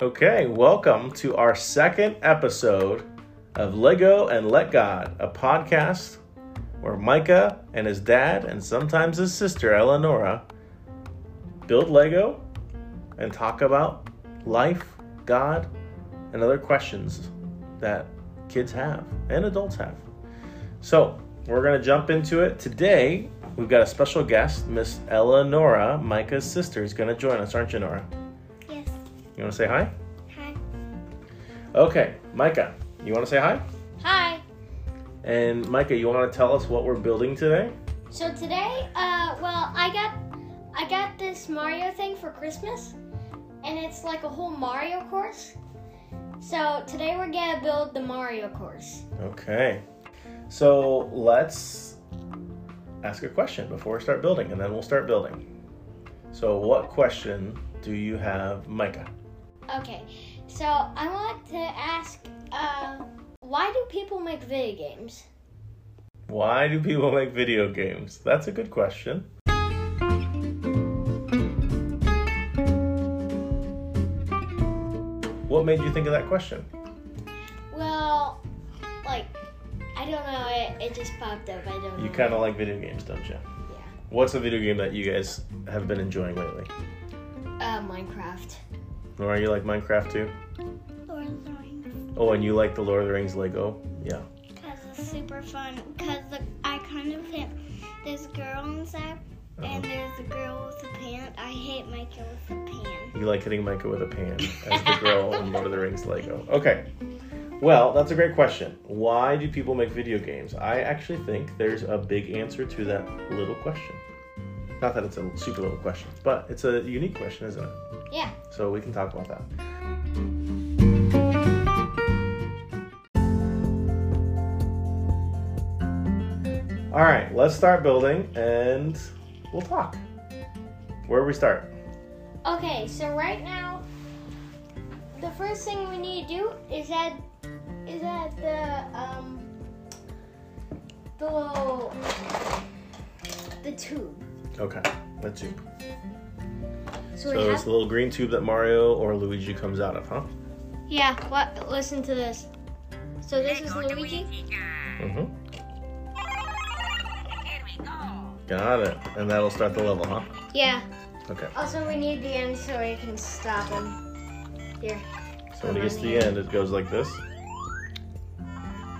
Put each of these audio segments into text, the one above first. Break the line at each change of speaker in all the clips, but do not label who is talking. Okay, welcome to our second episode of Lego and Let God, a podcast where Micah and his dad and sometimes his sister Eleonora build Lego and talk about life, God, and other questions that kids have and adults have. So, we're going to jump into it. Today, we've got a special guest, Miss Eleonora, Micah's sister, is going to join us, aren't you, Nora?
Yes.
You want to say hi?
Hi.
Okay, Micah, you want to say hi?
Hi.
And Micah, you want to tell us what we're building today?
So today, uh, well, I got, I got this Mario thing for Christmas, and it's like a whole Mario course. So today we're gonna build the Mario course.
Okay. So let's ask a question before we start building, and then we'll start building. So, what question do you have, Micah?
Okay. So I want to ask, uh, why do people make video games?
Why do people make video games? That's a good question. What made you think of that question?
Well, like, I don't know. It, it just popped up. I don't.
You
know.
kind of like video games, don't you?
Yeah.
What's a video game that you guys have been enjoying lately?
Uh, Minecraft.
Nora, you like Minecraft too?
Or Rings,
Oh, and you like the Lord of the Rings Lego? Yeah.
because it's super fun. Because I kind of hit this girl inside. And there's a girl with a pan. I hate my girl with a pan.
You like hitting Micah with a pan as the girl in Lord of the Rings Lego. Okay. Well, that's a great question. Why do people make video games? I actually think there's a big answer to that little question. Not that it's a super little question, but it's a unique question, isn't it?
Yeah.
So we can talk about that. All right, let's start building and we'll talk. Where we start?
Okay, so right now, the first thing we need to do is add is add the um the little the tube.
Okay, let's see.
So,
So it's the little green tube that Mario or Luigi comes out of, huh?
yeah. What? Listen to this. So this is Luigi.
Mm-hmm.
Here we go.
Got it. And that'll start the level, huh?
Yeah.
Okay.
Also, we need the end so we can stop him. Here.
So when it gets to the end, it goes like this.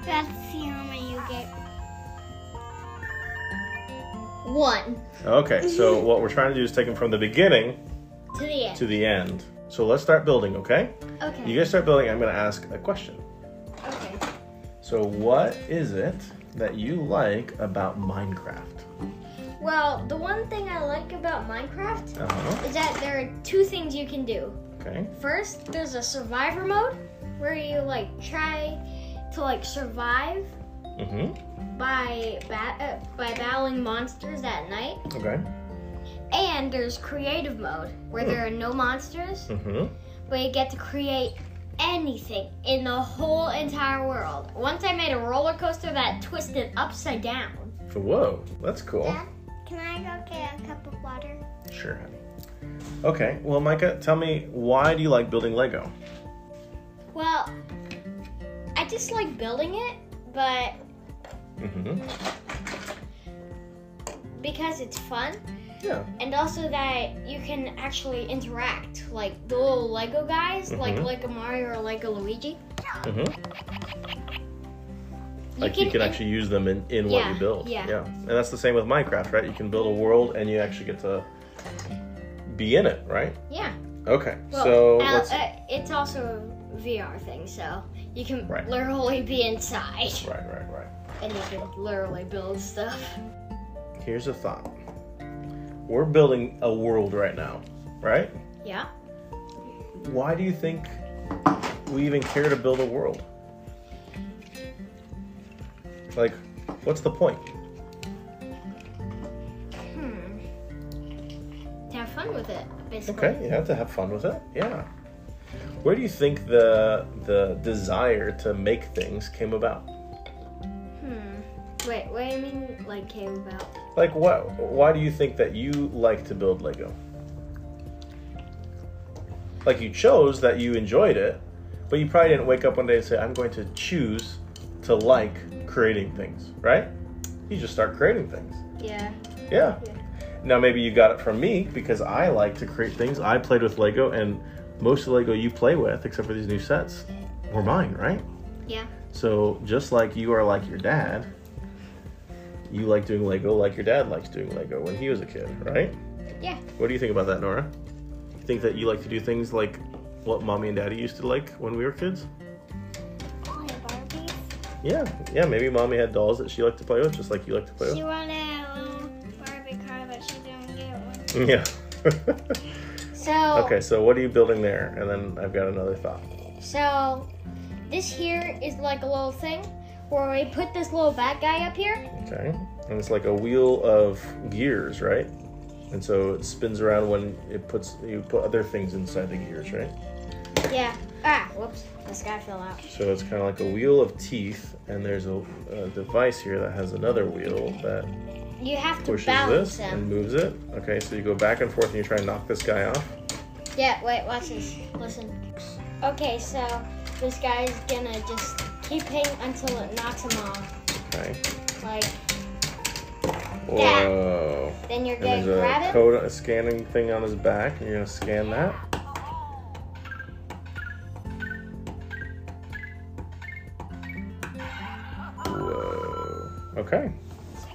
That's the armor you get. One
Okay, so what we're trying to do is take them from the beginning
to the end.
to the end. So let's start building, okay?
Okay.
You guys start building, I'm gonna ask a question.
okay.
So, what is it that you like about Minecraft?
Well, the one thing I like about Minecraft
Uh huh.
is that there are two things you can do.
Okay.
First, there's a survivor mode where you like try to like survive
Mm
by bat uh, by battling monsters at night.
hmm. Okay.
And there's creative mode where there are no monsters,
Mm hmm.
but you get to create anything in the whole entire world. Once I made a roller coaster that twisted upside down.
Whoa, that's cool.
Can I go get a cup of water?
Sure, honey. Okay, well, Micah, tell me why do you like building Lego?
Well, I just like building it, but
Mm hmm.
because it's fun,
Yeah.
and also that you can actually interact, like the little Lego guys, like
Mhm.
Lego Mario or Lego Luigi.
Mm hmm. Like you can actually use them in, in what
Yeah,
you build.
yeah.
And that's the same with Minecraft, right? You can build a world and you actually get to be in it, right?
Yeah.
Okay.
Well,
so
Al-
let's
uh, it's also a VR thing, so you can
Right.
literally be inside
Right, right, right.
and you can literally build stuff.
Here's a thought. We're building a world right now, right?
Yeah.
Why do you think we even care to build a world? Like, what's the point?
Hmm. To have fun with it, basically.
Okay, you have to have fun with it. Yeah. Where do you think the the desire to make things came about?
Hmm.
Wait, what do you mean, like, came about?
Like, what? Why do you think that you like to build Lego? Like, you chose that you enjoyed it, but you probably didn't wake up one day and say, "I'm going to choose to like creating things." Right? You just start creating things.
Yeah.
Yeah.
Yeah.
Now maybe you got it from me because I like to create things. I played with Lego, and most of the Lego you play with, except for these new sets, were mine, right?
Yeah.
So just like you are like your dad, you like doing Lego like your dad likes doing Lego when he was a kid, right?
Yeah.
What do you think about that, Nora? You think that you like to do things like what mommy and daddy used to like when we were kids?
Oh, yeah, Barbies.
Yeah, yeah. Maybe mommy had dolls that she liked to play with, just like you like to play with.
She wanted a little Barbie car, but she didn't get one.
Yeah.
So
okay, so what are you building there? And then I've got another thought.
So this here is like a little thing where we put this little bad guy up here.
Okay. And it's like a wheel of gears, right? And so it spins around when it puts you put other things inside the gears, right?
Yeah. Ah, whoops. This guy fell out.
So it's kind of like a wheel of teeth, and there's a, a device here that has another wheel that
You have to
pushes
balance
this and
him.
moves it. Okay, so you go back and forth and you try and knock this guy off.
Yeah, wait, watch this. Listen. Okay, so this guy's gonna just keep hitting until it knocks him off.
Okay.
Like,
Whoa.
then you're
And
gonna
there's a
grab him.
code, a scanning thing on his back, and you're gonna scan that. Whoa. Okay.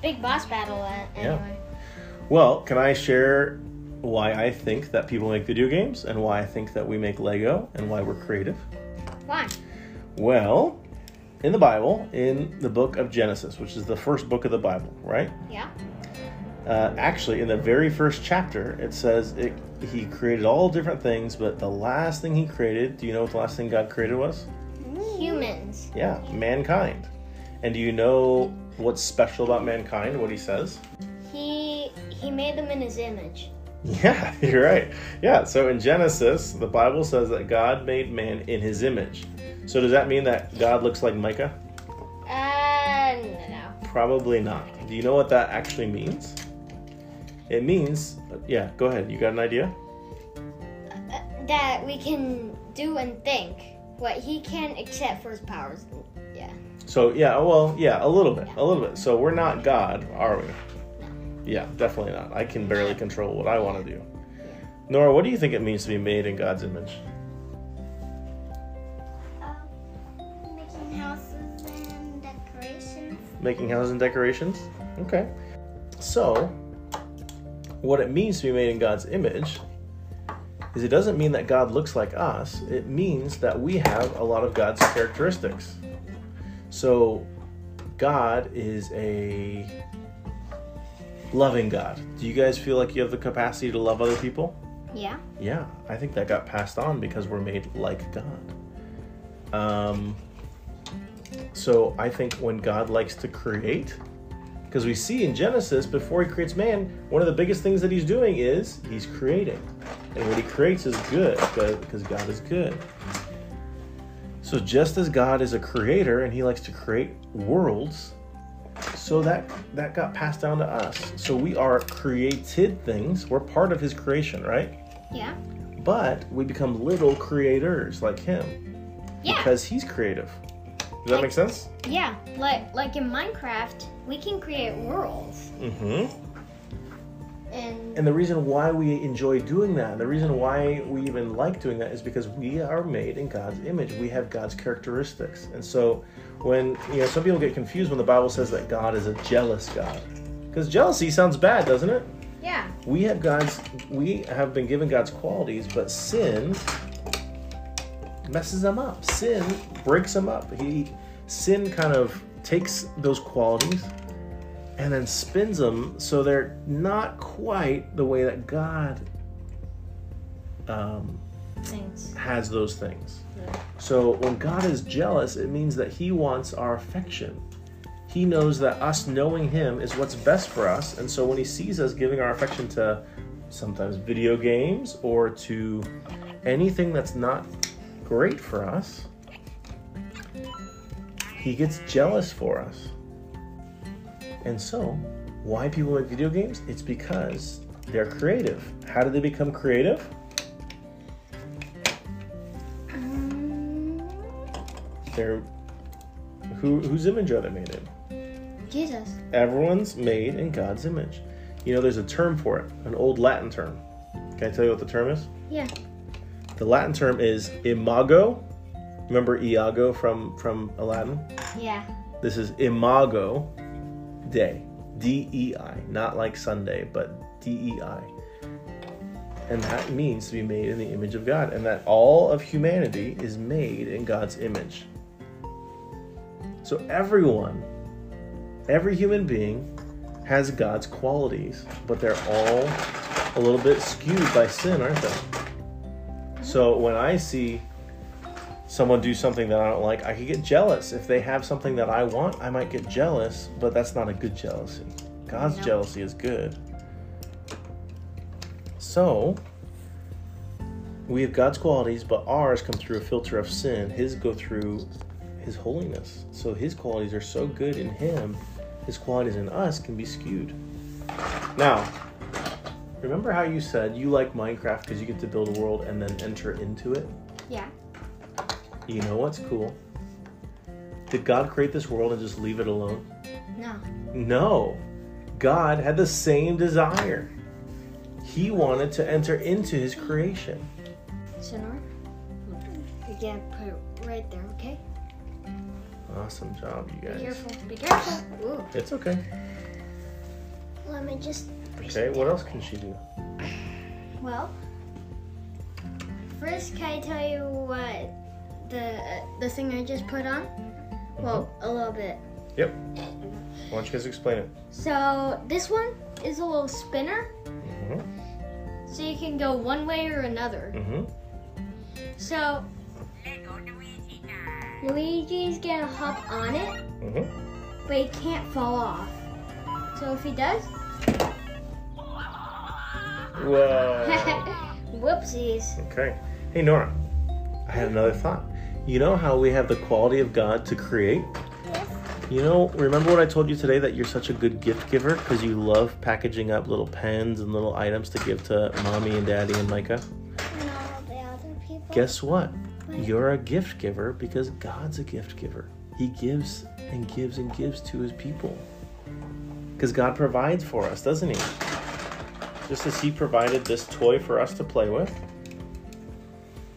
Big boss battle, a-
Yeah.
anyway.
Well, can I share why I think that people make video games and why I think that we make Lego and why we're creative?
Why?
Well, in the Bible, in the book of Genesis, which is the first book of the Bible, right?
Yeah.
Uh, actually, in the very first chapter, it says it, he created all different things, but the last thing he created, do you know what the last thing God created was?
Humans.
Yeah, mankind. And do you know what's special about mankind, what he says?
He he made them in his image.
Yeah, you're right. Yeah, so in Genesis, the Bible says that God made man in his image. So does that mean that God looks like Micah?
Uh, no.
Probably not. Do you know what that actually means? It means, yeah, go ahead. You got an idea?
uh, that we can do and think what he can except for his powers. Yeah.
So, yeah, oh, well, yeah, a little bit, a little bit. So, we're not God, are we? Yeah, definitely not. I can barely control what I want to do. Nora, what do you think it means to be made in God's image?
Uh, Making houses and decorations.
making houses and decorations. Okay. So, what it means to be made in God's image is it doesn't mean that God looks like us, it means that we have a lot of God's characteristics. So, God is a loving God. Do you guys feel like you have the capacity to love other people?
Yeah.
Yeah, I think that got passed on because we're made like God. Um, so I think when God likes to create, because we see in Genesis, before he creates man, one of the biggest things that he's doing is he's creating. And what he creates is good because God is good. So just as God is a creator and he likes to create worlds, so that that got passed down to us. So we are created things. We're part of his creation, right?
Yeah.
but we become little creators like him
Yeah.
because he's creative. Does that make sense?
Yeah. Like, like in Minecraft, we can create worlds.
Mm-hmm.
And
And the reason why we enjoy doing that, and the reason why we even like doing that, is because we are made in God's image. We have God's characteristics, and so when you know some people get confused when the Bible says that God is a jealous God, because jealousy sounds bad, doesn't it?
yeah.
we have God's we have been given God's qualities, but sin messes them up. Sin breaks them up. He sin kind of takes those qualities and then spins them so they're not quite the way that God um,
Things.
has those things.
Yeah.
So when God is jealous, it means that He wants our affection. He knows that us knowing Him is what's best for us, and so when He sees us giving our affection to sometimes video games or to anything that's not great for us, He gets jealous for us. And so, why people make video games? It's because they're creative. How do they become creative?
Um,
They're who whose image are they made in?
Jesus.
Everyone's made in God's image. You know, there's a term for it, an old Latin term. Can I tell you what the term is?
Yeah.
The Latin term is imago. Remember Iago from from Aladdin?
Yeah.
This is Imago Day. D E I. Not like Sunday, but D E I. And that means to be made in the image of God, and that all of humanity is made in God's image. So everyone, every human being has God's qualities, but they're all a little bit skewed by sin, aren't they? So when I see someone do something that I don't like, I could get jealous. If they have something that I want, I might get jealous, but that's not a good jealousy. God's
No.
jealousy is good. So, we have God's qualities, but ours come through a filter of sin. His go through his holiness. So his qualities are so good in him, his qualities in us can be skewed. Now, remember how you said you like Minecraft because you get to build a world and then enter into it?
Yeah.
You know what's cool? Did God create this world and just leave it alone?
No.
No. God had the same desire. He wanted to enter into his creation.
Sonora? Again, put it right there, okay?
Awesome job, you
Be
guys.
careful. Be careful. Ooh.
It's okay.
Let me just.
Okay, what else can she do?
Well, first, can I tell you what the the thing I just put on? Well, a little bit.
Yep. Mm-hmm. Why don't you guys explain it?
So this one is a little spinner,
Mm-hmm.
so you can go one way or another.
Mm-hmm.
So Luigi's gonna hop on it,
Mm-hmm.
but he can't fall off. So if he does,
Whoa.
whoopsies.
okay. Hey, Nora. I had another thought. You know how we have the quality of God to create?
Yes.
You know, remember what I told you today that you're such a good gift giver because you love packaging up little pens and little items to give to mommy and daddy and Micah?
And all the other people.
Guess what? You're a gift giver because God's a gift giver. He gives and gives and gives to his people. Because God provides for us, doesn't he? Just as he provided this toy for us to play with.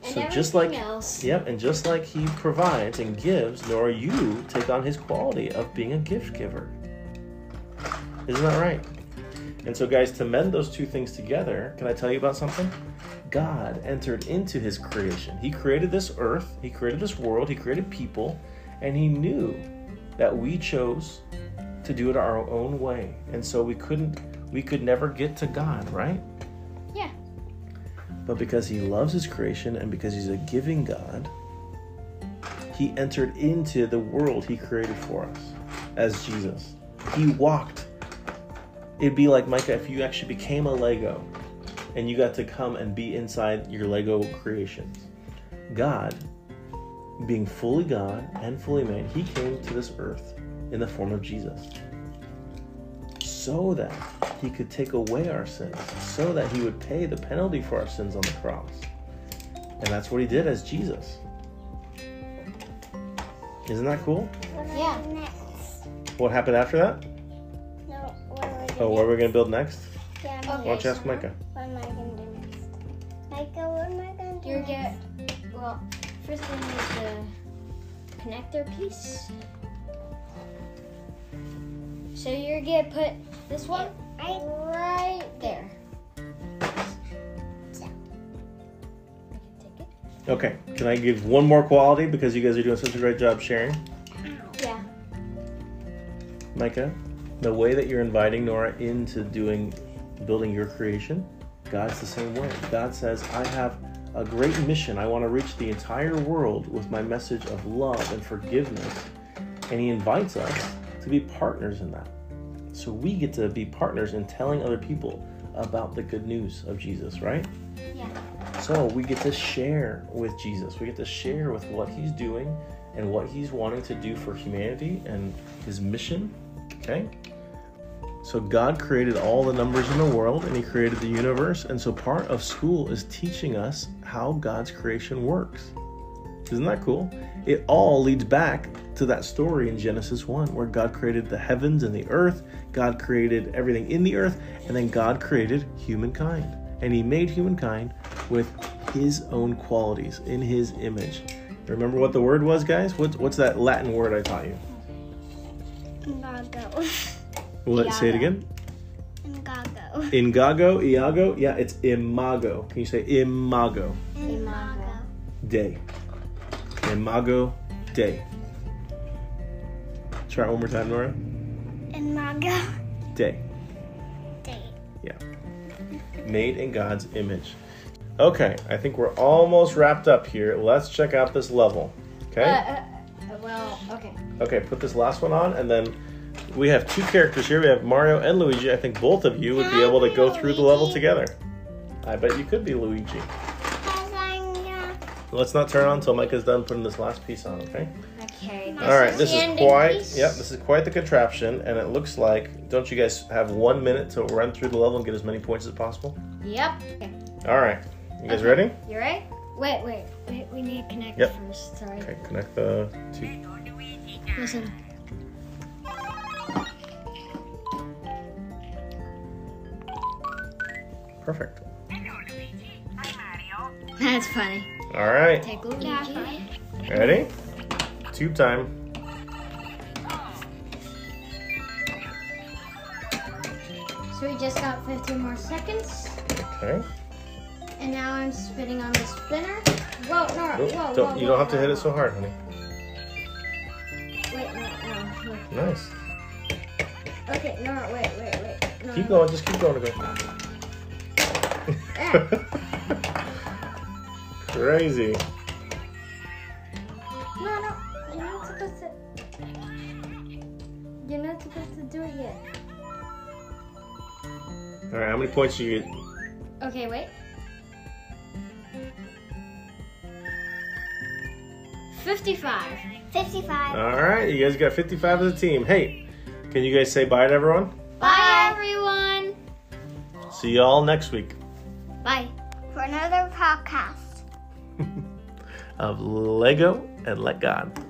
And
So just
everything
like
else.
Yep, and just like he provides and gives, nor you take on his quality of being a gift giver. Isn't that right? And so, guys, to mend those two things together, can I tell you about something? God entered into his creation. He created this earth, he created this world, he created people, and he knew that we chose to do it our own way. And so we couldn't we could never get to God, right?
Yeah.
But because he loves his creation and because he's a giving God, he entered into the world he created for us as Jesus. He walked. It'd be like Micah if you actually became a Lego and you got to come and be inside your Lego creations. God, being fully God and fully man, he came to this earth in the form of Jesus so that he could take away our sins, so that he would pay the penalty for our sins on the cross. And that's what he did as Jesus. Isn't that cool?
What are
Yeah.
the Next.
What happened after that?
No. What are we doing?
Oh, what are we going to build next?
Yeah,
Okay.
Why don't you ask Micah?
What am I gonna do next? Micah, what am I gonna do?
You're
next?
get well. First, we need the connector piece. So you're gonna put this one
I
right there. Take it.
Okay, can I give one more quality because you guys are doing such a great job sharing?
Yeah.
Micah, the way that you're inviting Nora into doing building your creation, God's the same way. God says, I have a great mission. I want to reach the entire world with my message of love and forgiveness. And He invites us to be partners in that. So we get to be partners in telling other people about the good news of Jesus, right? So we get to share with Jesus. We get to share with what he's doing and what he's wanting to do for humanity and his mission. Okay? So God created all the numbers in the world and he created the universe. And so part of school is teaching us how God's creation works. Isn't that cool? It all leads back to that story in Genesis 1 where God created the heavens and the earth, God created everything in the earth, and then God created humankind. And he made humankind with his own qualities in his image. Remember what the word was, guys? What's, what's that Latin word I taught you?
Ngago.
What, Say it
Iago.
again.
Ngago.
Ingago, Iago. Yeah, it's imago. Can you say imago?
Imago.
Day. Imago Day. Try it one more time, Nora.
Imago.
Day.
Date.
Yeah. Made in God's image. Okay, I think we're almost wrapped up here. Let's check out this level. Okay?
Uh, well, okay.
Okay, put this last one on, and then we have two characters here. We have Mario and Luigi. I think both of you would be able to go through the level together. I bet you could be Luigi. Let's not turn on until Micah's done putting this last piece on, okay?
Okay.
All right, this
the
is
ending
quite
piece.
yep, this is quite the contraption, and it looks like don't you guys have one minute to run through the level and get as many points as possible?
Yep. Okay.
All right, you guys ready?
You ready? Wait, wait.
Wait, we need to connect
Yep.
first. Sorry.
Okay, connect the two.
Listen.
Perfect.
That's funny.
All right,
Take Luigi.
ready? Tube time.
So we just got 15 more seconds,
Okay.
and now I'm spinning on the spinner. Whoa, Nora.
Nope, don't-
whoa, whoa,
you
whoa,
don't have to
whoa,
hit it so
whoa.
hard, honey.
Wait, no, no. Wait.
Nice.
Okay, Nora. Wait, wait, wait. Nora.
Keep going. Just keep going. Nicole. Crazy.
No, no. You're not supposed to. You're not supposed to do it yet.
All right, how many points do you get?
Okay, wait. 55.
55.
All right, you guys got 55 as a team. Hey, can you guys say bye to everyone?
Bye, everyone.
See y'all next week
Bye.
For another podcast.
of Lego and Let God.